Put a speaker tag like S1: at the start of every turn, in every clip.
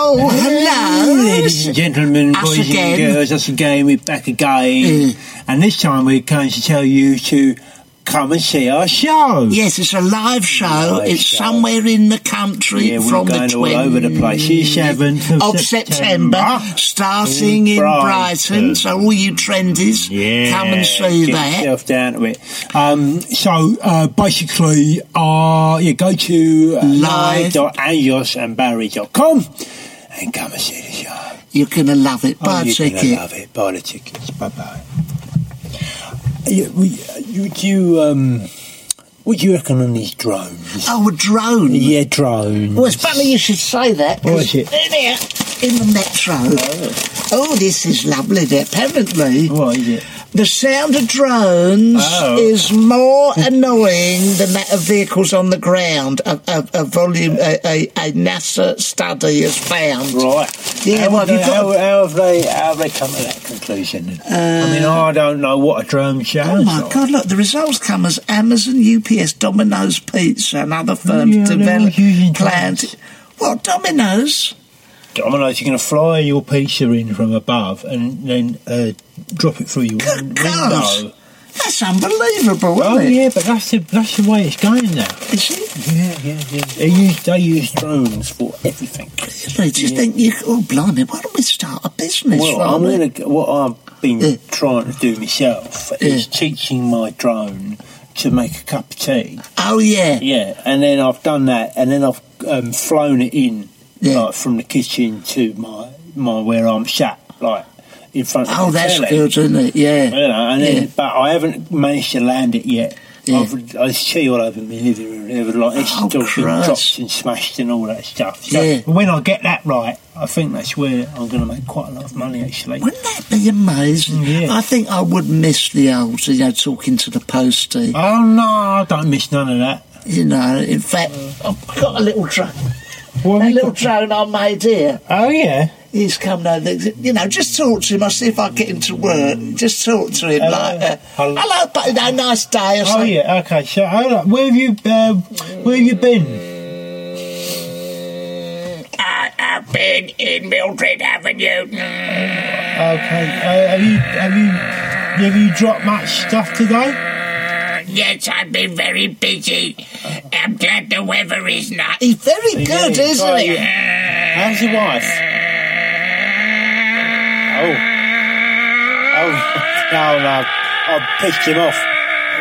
S1: Oh,
S2: Ladies and gentlemen,
S1: Us
S2: boys
S1: again.
S2: and girls, us again, we're back again. And this time we're going to tell you to come and see our show.
S1: Yes, it's a live show.
S2: Live
S1: it's
S2: show.
S1: somewhere in the country
S2: Yeah, we're
S1: from
S2: going
S1: the
S2: all
S1: 20th
S2: over the place. It's 7th of,
S1: of September, starting in Brighton. So all you trendies,
S2: Yeah,
S1: come and see
S2: get
S1: that.
S2: yourself down to it. Um, so uh, basically, uh, you go to uh,
S1: Live.
S2: live.anjosandbarry.com and come and see the show.
S1: You're gonna love it. Buy
S2: oh,
S1: a
S2: you're gonna
S1: ticket.
S2: love it. Buy the tickets. Bye bye. You, we- uh, you, would you, um, what do you reckon on these drones?
S1: Oh, a drone.
S2: Yeah, drones.
S1: Well, it's funny you should say that. 'cause
S2: What is it?
S1: In here, in the metro. Oh, this is lovely. Apparently,
S2: What is it?
S1: the sound of drones
S2: Oh.
S1: is more annoying than that of vehicles on the ground. A, a, a volume, a, a, a NASA study has found.
S2: Right.
S1: Yeah,
S2: How
S1: well,
S2: they-
S1: you've got-
S2: how, how have they how have they come to that conclusion? I mean, I don't know what a drone sounds
S1: Oh my
S2: like.
S1: God! Look, the results come as Amazon, UPS, Domino's Pizza, and other firms
S2: Yeah, they're
S1: develop
S2: all using
S1: plans. What Domino's?
S2: I mean, like you're going to fly your pizza in from above and then uh, drop it through your win-
S1: Good God!
S2: window.
S1: That's unbelievable,
S2: Oh
S1: isn't it?
S2: yeah, but that's the that's the way it's going now.
S1: Is it?
S2: Yeah, yeah, yeah. They use they use drones for everything.
S1: They just think you oh blimey, why don't we start a business?
S2: Well,
S1: why
S2: I'm
S1: don't we?
S2: gonna, what I've been
S1: Yeah.
S2: trying to do myself is
S1: Yeah.
S2: teaching my drone to make a cup of tea.
S1: Oh yeah.
S2: Yeah, and then I've done that, and then I've um, flown it in
S1: Yeah.
S2: like, from the kitchen to my my where I'm sat, like in front of
S1: Oh,
S2: the
S1: that's
S2: telly.
S1: good, isn't it?
S2: You
S1: Yeah.
S2: know, and then,
S1: Yeah.
S2: but I haven't managed to land it yet.
S1: Yeah.
S2: I've, I see all over me living room, everything like it's
S1: Oh,
S2: still been
S1: Christ.
S2: dropped and smashed and all that stuff. So
S1: Yeah.
S2: when I get that right, I think that's where I'm going to make quite a lot of money actually.
S1: Wouldn't that be amazing?
S2: Yeah.
S1: I think I would miss the old, you know, talking to the postie.
S2: Oh no, I don't miss none of that.
S1: You know, in fact, I've got a little drone,
S2: What
S1: a little drone I made here.
S2: Oh yeah,
S1: He's come over, you know, just talk to him. I'll see if I get him to work. Just talk to him,
S2: Hello.
S1: like, uh,
S2: Hello.
S1: hello, but, you know, nice day or
S2: oh
S1: something.
S2: yeah. Okay, so hold on. Where have you uh, where have you been?
S1: I, I've been in Mildred Avenue. Mm,
S2: Okay, uh, have you have you have you dropped much stuff today?
S1: Yes, I've been very busy. I'm glad the weather is nice. He's very good,
S2: Oh, Yeah,
S1: isn't
S2: right,
S1: he?
S2: How's your wife? Oh, oh no, no, I pissed him off.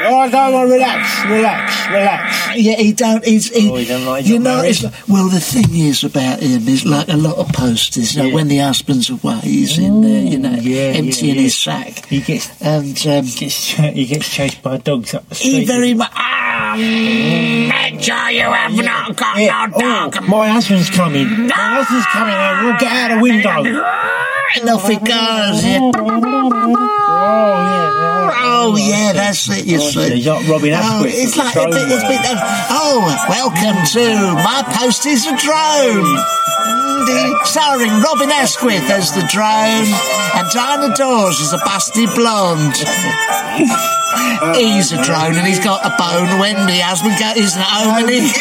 S2: Oh, no, no, relax, relax, relax.
S1: Yeah, he don't. He's he,
S2: Oh, he don't like- he's
S1: you
S2: not
S1: know.
S2: married.
S1: It's, like- well, the thing is about him is like a lot of posters. You know,
S2: Yeah.
S1: when the husband's away, he's in there, you know,
S2: yeah,
S1: emptying
S2: yeah,
S1: his
S2: yeah.
S1: sack,
S2: He gets
S1: and um,
S2: gets cha- he gets chased by dogs up the street.
S1: he very much. Ah, make sure you have not got
S2: Yeah,
S1: your dog.
S2: oh, my husband's coming. My husband's coming. and We'll get out of the window.
S1: And off he goes. Yeah. Oh yeah, that's it. You see,
S2: He's like Robin
S1: Oh,
S2: Asquith.
S1: it's
S2: of the
S1: like a
S2: Drone
S1: bit, it's
S2: World.
S1: been, oh, welcome to my post is a drone. The, starring Robin Asquith as the drone and Diana Dawes as a busty blonde. he's a drone and he's got a bone when the husband go, he's an only.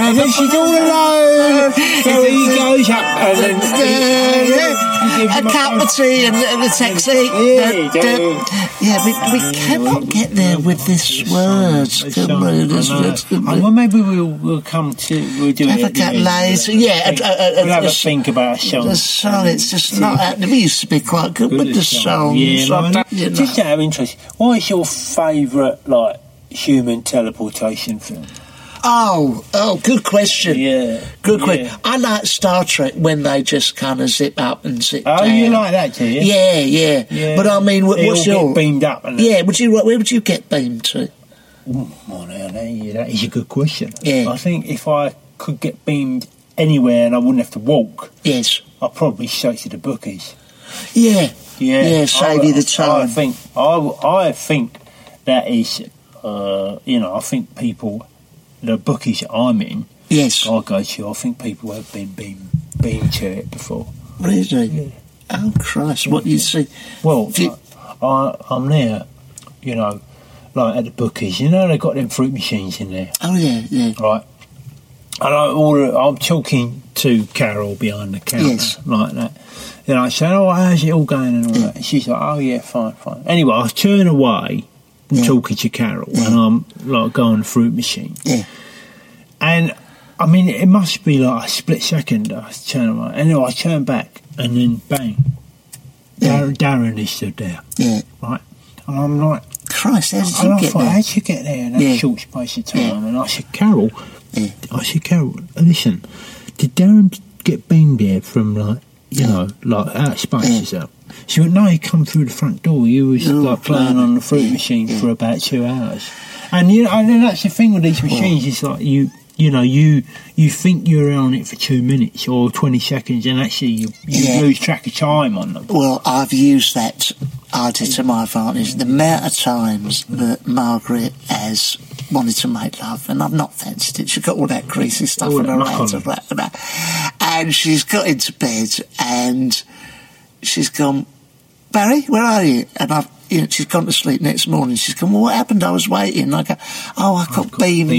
S2: And then she's all alone. So he goes up and then. give
S1: a
S2: him a
S1: cup of tea and, and a taxi.
S2: Yeah,
S1: Don't- don't- yeah, we, we cannot get there with this word. Come on, this word. Come
S2: Oh,
S1: on.
S2: well, maybe we'll, we'll come to we'll do
S1: Have
S2: it
S1: a
S2: at the
S1: cup
S2: end.
S1: later. Yeah, and, uh, uh,
S2: we'll have a
S1: uh,
S2: think about a song.
S1: The song, it's just not happening. We used to be quite good with the songs.
S2: Yeah,
S1: I
S2: like,
S1: don't- you know.
S2: just out of interest, what is your favourite like human teleportation film?
S1: Oh, oh, good question.
S2: Yeah,
S1: Good
S2: yeah.
S1: question. I like Star Trek when they just kind of zip up and zip
S2: Oh,
S1: down.
S2: you like that, do you?
S1: Yeah, yeah. But I mean, what,
S2: They all
S1: what's
S2: get
S1: your?
S2: beamed up? And
S1: Yeah, would you? Where would you get beamed to?
S2: Well, now, now, yeah, that is a good question.
S1: Yeah.
S2: I think if I could get beamed anywhere and I wouldn't have to walk,
S1: Yes.
S2: I'd probably straight to the bookies.
S1: Yeah.
S2: Yeah,
S1: Yeah, save
S2: I-
S1: you the
S2: I
S1: time.
S2: think I, w- I think that is, uh, you know, I think people, the bookies I'm in,
S1: Yes.
S2: I go to, I think people have been beamed, beamed to it before.
S1: Really? Oh Christ! What do you see?
S2: Well,
S1: If you-
S2: I, I'm there, you know, like at the bookies. You know, they've got them fruit machines in there.
S1: Oh yeah, yeah.
S2: right? And I order, I'm talking to Carol behind the counter,
S1: Yes.
S2: like that. You know, I said, "Oh, how's it all going?" and all that.
S1: Mm.
S2: And she's like, "Oh yeah, fine, fine." Anyway, I turn away from
S1: Yeah. Mm.
S2: talking to Carol, and I'm like going through the machine,
S1: Yeah.
S2: and I mean, it must be like a split second. I turn away, anyway, I turn back, and then bang,
S1: Yeah.
S2: Darren, Darren is still there,
S1: Yeah.
S2: right? And I'm like,
S1: Christ! How did
S2: and
S1: you
S2: I
S1: get
S2: thought,
S1: there?
S2: how'd you get there in that
S1: Yeah.
S2: short space of time?
S1: Yeah.
S2: And I said, Carol,
S1: Yeah.
S2: I said, Carol, listen, did Darren get beamed here from like, you know, like out of space
S1: Yeah.
S2: yourself? She went, no, he come through the front door. He was
S1: Oh,
S2: like playing
S1: blimey.
S2: on the fruit
S1: Yeah,
S2: machine
S1: yeah. Oh.
S2: for about two hours. And you know, and then that's the thing with these machines. It's like you, you know, you you think you're on it for two minutes or twenty seconds, and actually you, you
S1: Yeah.
S2: lose track of time on them.
S1: Well, I've used that idea to my advantage. The amount of times that Margaret has wanted to make love, and I've not fancied it. She's got all that greasy stuff
S2: All
S1: on
S2: that
S1: her
S2: muck
S1: hands,
S2: Oh, on
S1: and that- and that. and she's got into bed, and she's gone. Barry, where are you? And I've, you know, she's gone to sleep next morning. She's gone, well, what happened? I was waiting. And I go, oh, I got, beamed,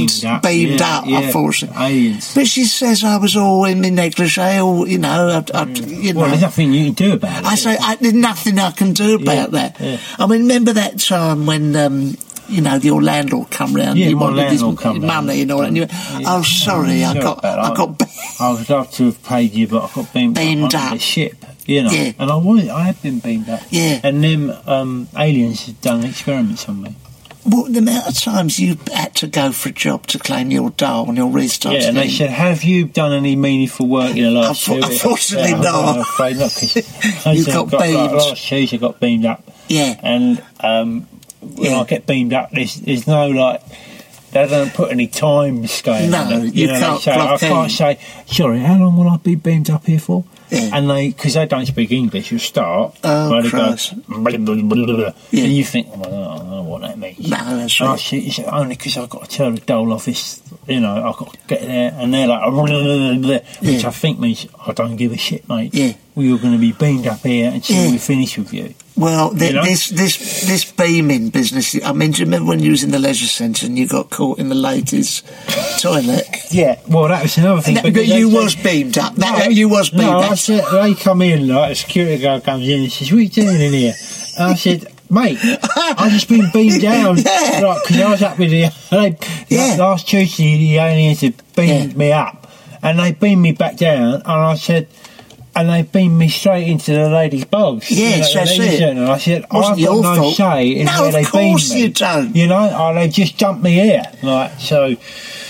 S1: beamed up,
S2: yeah, yeah,
S1: unfortunately.
S2: aliens.
S1: But she says I was all in my negligee, all, you know, I, I, you know.
S2: Mm. Well, there's nothing you can do about it.
S1: I say, I, there's nothing I can do about
S2: Yeah,
S1: that.
S2: yeah.
S1: I mean, remember that time when, um, you know, your landlord come round,
S2: Yeah,
S1: you
S2: my
S1: wanted his
S2: landlord come
S1: money
S2: round.
S1: and all that, and you went, oh, sorry, I
S2: Sorry
S1: got,
S2: about
S1: I
S2: that.
S1: got,
S2: I would love to have paid you, but I got beamed,
S1: Beamed
S2: up on
S1: up.
S2: the ship, you know.
S1: Yeah.
S2: And I was, I have been beamed up.
S1: Yeah.
S2: And them um, aliens have done experiments on me.
S1: what the amount of times you had to go for a job to claim your dole and your restart.
S2: yeah. And they said, "Have you done any meaningful work in the
S1: Unfor-
S2: last?" two weeks?"
S1: unfortunately
S2: Yeah,
S1: not.
S2: I'm afraid not. 'cause I
S1: You
S2: said,
S1: got
S2: like,
S1: beamed.
S2: last Tuesday, I got beamed up,
S1: yeah.
S2: and um, when
S1: Yeah.
S2: I get beamed up, there's, there's no like. They don't put any time scale.
S1: No,
S2: on it.
S1: you
S2: know, they
S1: can't
S2: say, I
S1: clock
S2: can't
S1: in.
S2: say, sorry, how long will I be beamed up here for?
S1: Yeah.
S2: And they, because they don't speak English, you start.
S1: Oh,
S2: and they go,
S1: Christ.
S2: "Blah, blah, blah, blah,"
S1: Yeah.
S2: And you think, well, I don't know what that means.
S1: No, that's
S2: And I
S1: right.
S2: said, it's only because I've got to tell the dole office, you know, I've got to get there, and they're like, "Oh, "Blah, blah, blah, blah," which
S1: Yeah.
S2: I think means I don't give a shit, mate.
S1: Yeah.
S2: We are going to be beamed up here until
S1: Yeah.
S2: we finish with you.
S1: Well, th-
S2: You know?
S1: this this this beaming business. I mean, do you remember when you was in the leisure centre and you got caught in the ladies' toilet?
S2: Yeah, well, that was another thing.
S1: No, but
S2: because
S1: you
S2: they-
S1: was beamed up. That-
S2: No,
S1: that you was beamed
S2: no, I
S1: up.
S2: said, they come in, like, a security guard comes in and says, what are you doing in here? And I said, mate, I've just been beamed down.
S1: Yeah.
S2: Like, because I was up with the, they,
S1: Yeah.
S2: last Tuesday, the aliens had beamed
S1: Yeah.
S2: me up. And they beamed me back down, and I said, and they beamed me straight into the ladies' box.
S1: Yes,
S2: the
S1: that's
S2: ladies'
S1: it.
S2: journal. And I said,
S1: Wasn't
S2: I've got
S1: your
S2: no
S1: fault.
S2: say in
S1: No,
S2: where
S1: of
S2: they
S1: course
S2: beamed me.
S1: you don't.
S2: You know, oh, they just dumped me here. Like, so,
S1: You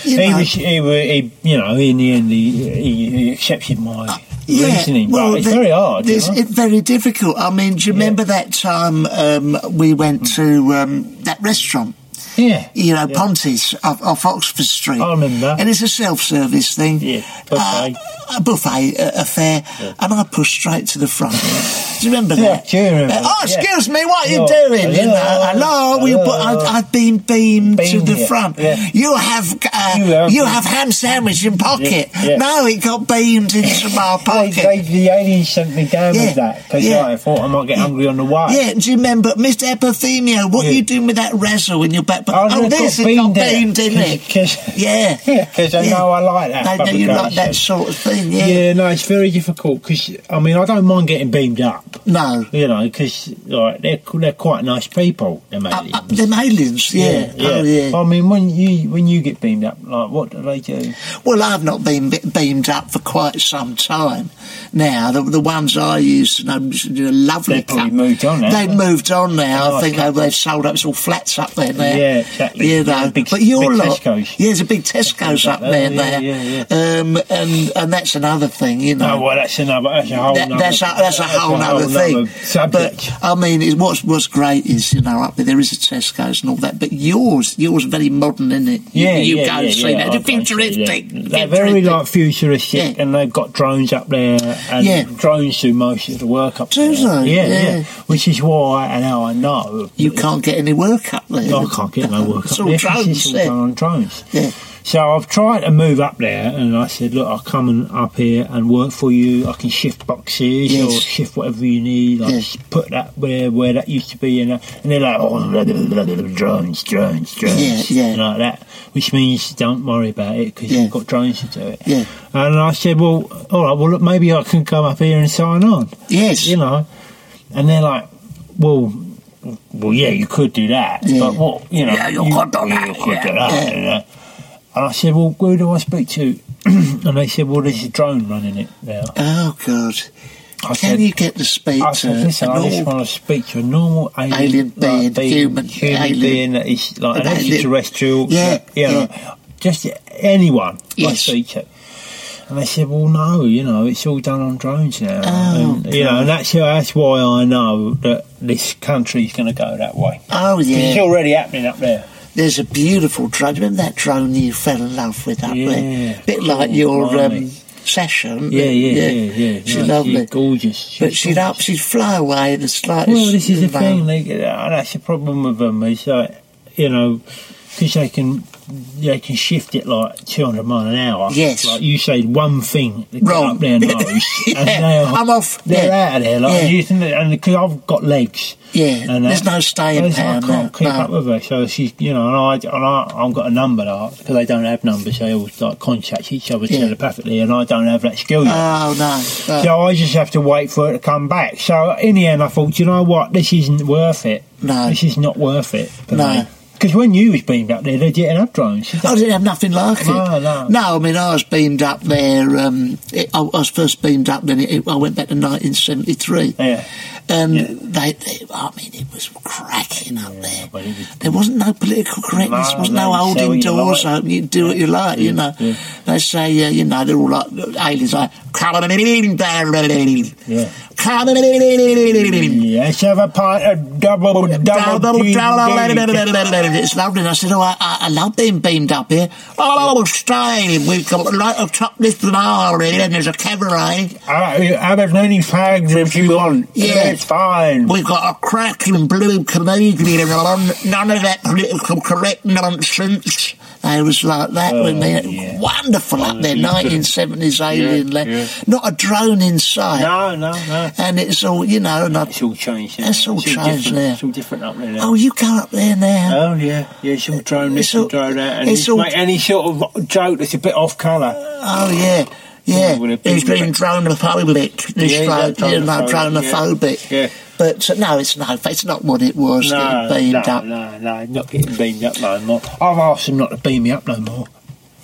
S2: he
S1: know.
S2: was, he, wa- he, you know, in the end, he, he, he accepted my reasoning, but it's
S1: the-
S2: very hard. You
S1: It's
S2: know?
S1: it's very difficult. I mean, do you remember that time um, we went to um, that restaurant?
S2: Mm. yeah,
S1: You know, Ponty's off, off Oxford Street.
S2: I remember.
S1: And it's a self-service thing.
S2: Yeah, buffet.
S1: Uh, a buffet uh, affair. And I pushed straight to the front. Do you remember
S2: Yeah,
S1: that?
S2: do remember.
S1: Uh, oh,
S2: Yeah.
S1: excuse me, what are you
S2: Hello.
S1: doing? You know,
S2: Hello.
S1: hello, we- but
S2: Hello.
S1: I, I've been beamed, to
S2: Beamed
S1: the
S2: here.
S1: front.
S2: Yeah.
S1: You have uh,
S2: You
S1: you have,
S2: have-
S1: ham sandwich in pocket.
S2: Yeah, yeah.
S1: No, it got beamed into my
S2: They,
S1: pocket.
S2: they, the aliens sent me down
S1: Yeah,
S2: with that because
S1: yeah.
S2: I thought I might get hungry on the way.
S1: Yeah, do you remember, Mr. Apothemia, what
S2: Yeah.
S1: you doing with that razzle in your back but
S2: I've
S1: oh,
S2: got
S1: this has
S2: beamed
S1: got
S2: in it.
S1: beamed in it.
S2: Cause,
S1: Yeah.
S2: yeah, because I
S1: Yeah.
S2: know I like that.
S1: They know you like that sort of thing, yeah.
S2: Yeah. no, it's very difficult because I mean I don't mind getting beamed up,
S1: No.
S2: you know, because like they're they're quite nice people, them
S1: Uh,
S2: aliens.
S1: uh, them aliens, yeah. Oh, yeah.
S2: I mean, when you when you get beamed up, like what do they do?
S1: Well, I've not been be- beamed up for quite some time now. The, the ones I used to know, was a lovely.
S2: They've probably
S1: couple.
S2: moved on now,
S1: They've
S2: haven't they?
S1: moved on now.
S2: Oh,
S1: I think
S2: okay.
S1: they- they've sold up. It's all flats up there now.
S2: Yeah, exactly.
S1: You know,
S2: Yeah, big-
S1: but your
S2: big
S1: lot,
S2: Tesco's.
S1: yeah, there's a big Tesco's
S2: Tesco's
S1: up
S2: up
S1: there
S2: there,
S1: now,
S2: yeah, yeah,
S1: Um, and and that's another thing, you know.
S2: Oh well, that's another. That's a whole.
S1: That-
S2: nother-
S1: that's a, that's a whole other thing.
S2: subject.
S1: But I mean, it, what's what's great is you know up there there is a Tesco's and all that, but yours yours very modern, isn't it? You-
S2: yeah,
S1: you,
S2: yeah,
S1: go
S2: yeah,
S1: and see
S2: yeah,
S1: that.
S2: I've
S1: The
S2: gone through, yeah.
S1: futuristic.
S2: They're very
S1: futuristic.
S2: like futuristic,
S1: Yeah.
S2: and they've got drones up there, and
S1: Yeah.
S2: drones do most of the work up
S1: Do
S2: there.
S1: they?
S2: Yeah,
S1: Yeah.
S2: yeah, Which is why and how I know
S1: You can't get any work up there.
S2: I can't get no work
S1: It's
S2: up
S1: all
S2: there. It's
S1: drones.
S2: all
S1: yeah.
S2: done on drones.
S1: Yeah.
S2: So I've tried to move up there, and I said, "Look, I'll come and up here and work for you. I can shift boxes
S1: Yes.
S2: or shift whatever you need. I
S1: Yes.
S2: put that where where that used to be, and, uh, and they're like, oh, blah, blah, blah, blah, blah, drones, drones, drones,
S1: Yeah, yeah.
S2: and like that. Which means don't worry about it because
S1: Yeah.
S2: you've got drones to do it.
S1: Yeah.
S2: And I said, well, all right, well, look, maybe I can come up here and sign on
S1: Yes.
S2: you know. And they're like, well, well, yeah, you could do that,
S1: Yeah.
S2: but what, you know,
S1: Yeah, you could do
S2: yeah,
S1: that,
S2: you could
S1: yeah,
S2: do that,
S1: yeah.
S2: you know. And I said, well, who do I speak to? and they said, well, there's a drone running it now.
S1: Oh God.
S2: I
S1: Can
S2: said,
S1: you get the speak
S2: I
S1: to
S2: said, listen,
S1: an
S2: I just
S1: all-
S2: want to speak to a normal alien,
S1: Alien being,
S2: like, being,
S1: human, alien.
S2: being that is like an
S1: An alien.
S2: extraterrestrial,
S1: Yeah,
S2: that, you know, just anyone I
S1: Yes.
S2: speak to. And they said, well, no, you know, it's all done on drones now.
S1: Oh,
S2: and, you know, and that's, that's why I know that this country's going to go that way.
S1: Oh
S2: 'Cause It's
S1: yeah.
S2: already happening up there.
S1: There's a beautiful drone. Remember that drone you fell in love with up
S2: Yeah.
S1: there? Bit like
S2: Oh,
S1: your um,
S2: blimey.
S1: session.
S2: Yeah, yeah, yeah, yeah.
S1: She's
S2: No,
S1: lovely.
S2: She's gorgeous.
S1: But
S2: She's
S1: she'd up, she'd fly away in the slightest.
S2: Well, this is the
S1: you know.
S2: thing. They, uh, that's the problem with them is that you know, because they can they can shift it like two hundred mile an hour.
S1: Yes.
S2: Like you say one thing they get
S1: Wrong.
S2: up their nose,
S1: Yeah,
S2: and they are,
S1: I'm off.
S2: They're
S1: Yeah.
S2: out of there. Like
S1: Yeah.
S2: you think that- and because I've got legs.
S1: Yeah,
S2: and
S1: there's
S2: that-
S1: no staying
S2: I just-
S1: power
S2: I
S1: now,
S2: can't keep
S1: no.
S2: up with her. So she's, you know, and I, and I, I've got a number because they don't have numbers. They all like contact each other
S1: Yeah.
S2: telepathically, and I don't have that skill. yet.
S1: Oh no. Uh,
S2: So I just have to wait for it to come back. So in the end, I thought, "Do you know what, this isn't worth it.
S1: No.
S2: this is not worth it.
S1: No.
S2: because when you was beamed up there, they didn't have drones. did they?
S1: I didn't have nothing like it.
S2: No, no.
S1: I mean, I was beamed up there. Um, it, I, I was first beamed up, then it, it- I went back to 1973.
S2: Yeah.
S1: And
S2: Yeah.
S1: they, they, I mean, it was cracking up there.
S2: but it was-
S1: there wasn't no political correctness.
S2: No,
S1: wasn't no
S2: they sell
S1: holding
S2: you
S1: doors
S2: like-
S1: open. You do what you like, you know.
S2: yeah.
S1: They say, uh, you know, they're all like aliens, like,
S2: Yeah.
S1: yeah.
S2: Yes, have a pint of double double double
S1: It's lovely. And I said, Oh, I, I, I love being beamed up here. Oh, stay. We've got a lot of chocolates and already, and there's a cabaret.
S2: Uh, Have as many fags if you want.
S1: Yeah.
S2: it's fine.
S1: We've got a cracking blue comedian on. None of that political correct nonsense. They was like that
S2: Oh,
S1: when they
S2: yeah. Oh,
S1: wonderful up there, 1970s alien land.
S2: yeah.
S1: Not a drone in sight.
S2: No, no, no.
S1: And it's all, you know, and I,
S2: It's all changed. isn't
S1: It's
S2: it?
S1: all changed
S2: different.
S1: now.
S2: It's all different up there now.
S1: oh, you go up there now.
S2: Oh yeah, yeah, it's all drone this
S1: It's all-
S2: and drone that, and
S1: it's
S2: it's
S1: all-
S2: make any sort of joke that's a bit off colour.
S1: Oh yeah, yeah.
S2: Yeah, well, it-
S1: He's been dronophobic. This
S2: Yeah,
S1: yeah,
S2: yeah,
S1: you know,
S2: dronophobic,
S1: dronophobic.
S2: yeah. Yeah.
S1: But uh, no, it's no, it's not what it was.
S2: No,
S1: that it beamed
S2: no,
S1: up.
S2: no, no, not getting beamed up no more. I've asked them not to beam me up no more.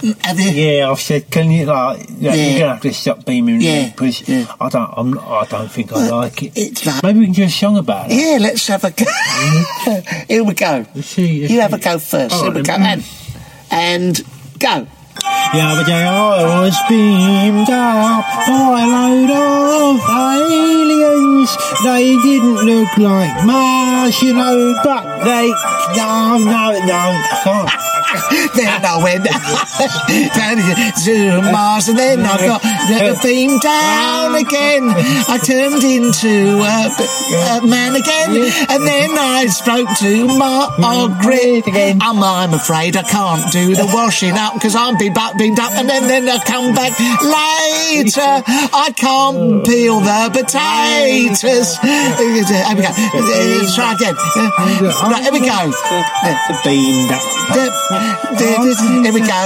S1: Mm, Have you?
S2: Yeah, I've said, can you like, yeah,
S1: Yeah.
S2: you're gonna have to stop beaming
S1: Yeah,
S2: me because
S1: yeah.
S2: I don't, I'm not, I don't think I
S1: Well,
S2: like it.
S1: It's like
S2: Maybe we can do a song about it.
S1: yeah. Let's have a go. Here we go.
S2: Let's see, let's
S1: You have a
S2: see.
S1: go first.
S2: Mm-hmm.
S1: Here
S2: All right,
S1: we go.
S2: then.
S1: And and go.
S2: The other day I was beamed up by a load of aliens. They didn't look like Mars, you know, but they... No, no, no, I can't. I
S1: then I went down to Mars, and then I got the beam down again. I turned into a, a man again, and then I spoke to Margaret
S2: Again.
S1: Um, I'm afraid I can't do the washing up because I'm be bu- beamed up, and then then I come back later. I can't peel the potatoes. Here we go. Let's try again. Right, here we go.
S2: The beam down.
S1: Here we go.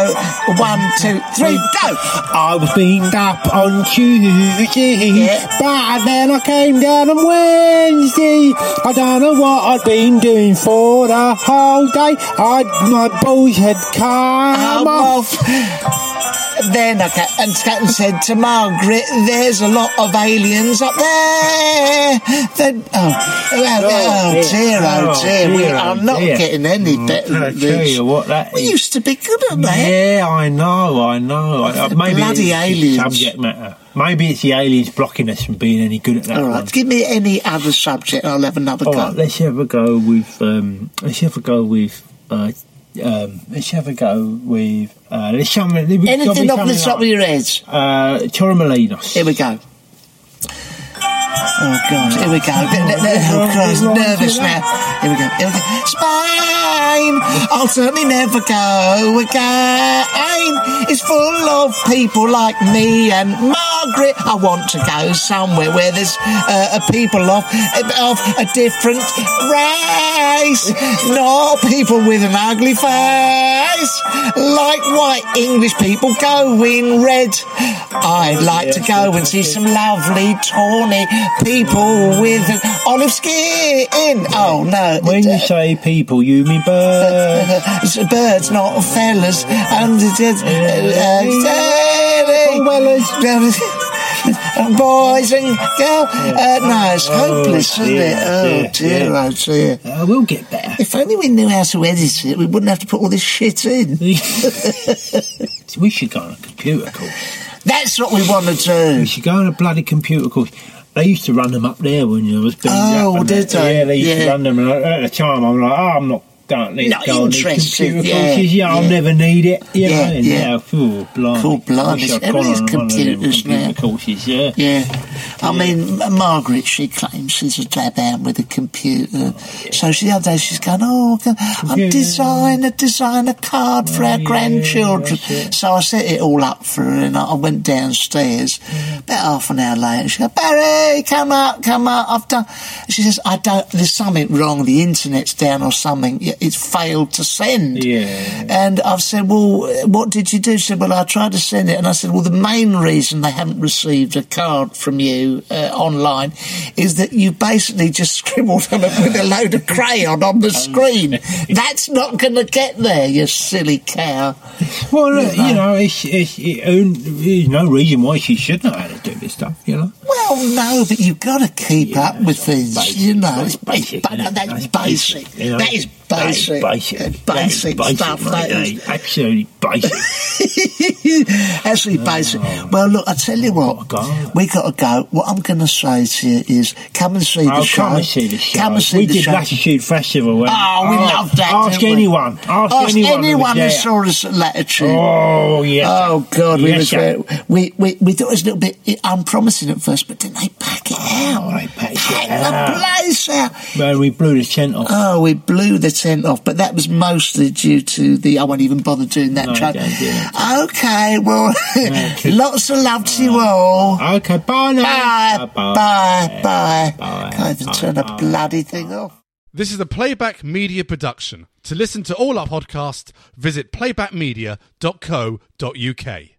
S1: One, two, three, go.
S2: I was beamed up on Tuesday,
S1: Yeah.
S2: but then I came down on Wednesday. I don't know what I'd been doing for the whole day. I my balls had
S1: I'm Oh,
S2: come off.
S1: off. Then I ca- and Scatton said to Margaret, "There's a lot of aliens up there." Then oh, well,
S2: Oh,
S1: oh,
S2: dear.
S1: dear, oh
S2: Oh,
S1: dear, we
S2: dear,
S1: are
S2: oh,
S1: not
S2: dear.
S1: getting any better.
S2: I
S1: than
S2: tell
S1: this.
S2: you what, that
S1: we
S2: is-
S1: used to be good at that.
S2: Yeah, I know, I know. I, I- maybe
S1: Bloody
S2: it's the
S1: aliens.
S2: subject matter. Maybe it's the aliens blocking us from being any good at that.
S1: All
S2: one.
S1: right, give me any other subject, and I'll have another
S2: All
S1: go.
S2: right, let's have a go with. Um, let's have a go with. Uh, um, let's have a go with. Uh, let's have a,
S1: Anything off the top of your head?
S2: Uh, Torremolinos.
S1: Here we go. Oh God! Here we go. Oh God! Nervous now. Here we go. Here we go. Spain. I'll certainly never go again. It's full of people like me and Margaret. I want to go somewhere where there's uh, a people of of a different race, not people with an ugly face, like white English people going red. I'd like to go and see some lovely tawny people with olive skin. Oh no.
S2: When you say people, you mean birds.
S1: It's birds, not fellas. And it is, uh, uh, fellas. And boys and girls. Uh, no, it's hopeless,
S2: Oh,
S1: isn't it?
S2: dear,
S1: Oh
S2: dear,
S1: dear,
S2: dear.
S1: oh dear.
S2: I will Uh, get better.
S1: If only we knew how to edit it, we wouldn't have to put all this shit in.
S2: we should go on a computer course.
S1: That's what we want to do.
S2: We should go on a bloody computer course. They used to run them up there when you was being
S1: Oh,
S2: up and
S1: did
S2: that.
S1: they?
S2: Yeah, they used
S1: Yeah.
S2: to run them. And I- at the time, I'm like, oh, I'm not. Don't need
S1: Not
S2: to go on these
S1: interested,
S2: computer
S1: yeah,
S2: courses. Yeah, I'll
S1: yeah.
S2: never need it. You
S1: Yeah,
S2: know, and
S1: yeah.
S2: now, phew, blimey.
S1: Cool, blimey,
S2: Wish I'd gone
S1: everything's
S2: on one of them
S1: computers
S2: computer
S1: now.
S2: courses, yeah.
S1: Yeah. I mean, M- Margaret, she claims she's a lab hand with a computer. So she, the other day she's going, oh, can- I'm
S2: Computer.
S1: design a design a card for our
S2: yeah,
S1: grandchildren.
S2: that's it.
S1: So I set it all up for her and I I went downstairs. About half an hour later, she goes, Barry, come up, come up. I've done. She says, I don't, there's something wrong. The internet's down or something. Y- It's failed to send.
S2: Yeah.
S1: And I've said, well, what did you do? She said, well, I tried to send it. And I said, well, the main reason they haven't received a card from you uh, online is that you basically just scribbled on it with a load of crayon on the screen. That's not going to get there, you silly cow.
S2: Well, look, you know, it's, it's, it, own- there's no reason why she should know how to do this stuff, you know.
S1: Well, no, but you've got to keep
S2: Yeah,
S1: up with
S2: it's
S1: things,
S2: basic.
S1: you know. It's
S2: It's basic,
S1: basic.
S2: isn't it?
S1: That's
S2: That's
S1: basic.
S2: basic, you know?
S1: That is
S2: That
S1: basic.
S2: is basic.
S1: Uh,
S2: That is
S1: Basic
S2: basic,
S1: stuff.
S2: mate,
S1: That is
S2: is absolutely basic.
S1: Actually,
S2: Oh.
S1: basic. Well, look, I tell you what,
S2: Gotta go.
S1: we got to go. What I'm going to say to you is, come and see the
S2: I'll
S1: show.
S2: Oh, come and see the show.
S1: Come and see
S2: we
S1: the
S2: did
S1: show.
S2: Latitude Festival. eh?
S1: Oh, we love that.
S2: Ask
S1: don't we?
S2: anyone. Ask, anyone. who was
S1: who
S2: there.
S1: saw us at Latitude.
S2: Oh yes.
S1: Oh God, we
S2: Yes,
S1: was
S2: sir.
S1: very, we, we we thought it was a little bit unpromising at first, but then they pack it out.
S2: they packed it out.
S1: the place out.
S2: Man, we blew the tent off.
S1: Oh, we blew the tent off, but that was mostly due to the. I won't even bother doing that.
S2: No,
S1: track.
S2: don't do it.
S1: Okay, well,
S2: Okay.
S1: lots of love to you all.
S2: okay, bye now.
S1: Oh. Bye, bye, bye.
S2: Bye.
S1: Can't even
S2: Bye.
S1: turn a
S2: Bye.
S1: bloody thing off.
S3: This is a Playback Media production. To listen to all our podcasts, visit playbackmedia.co.uk.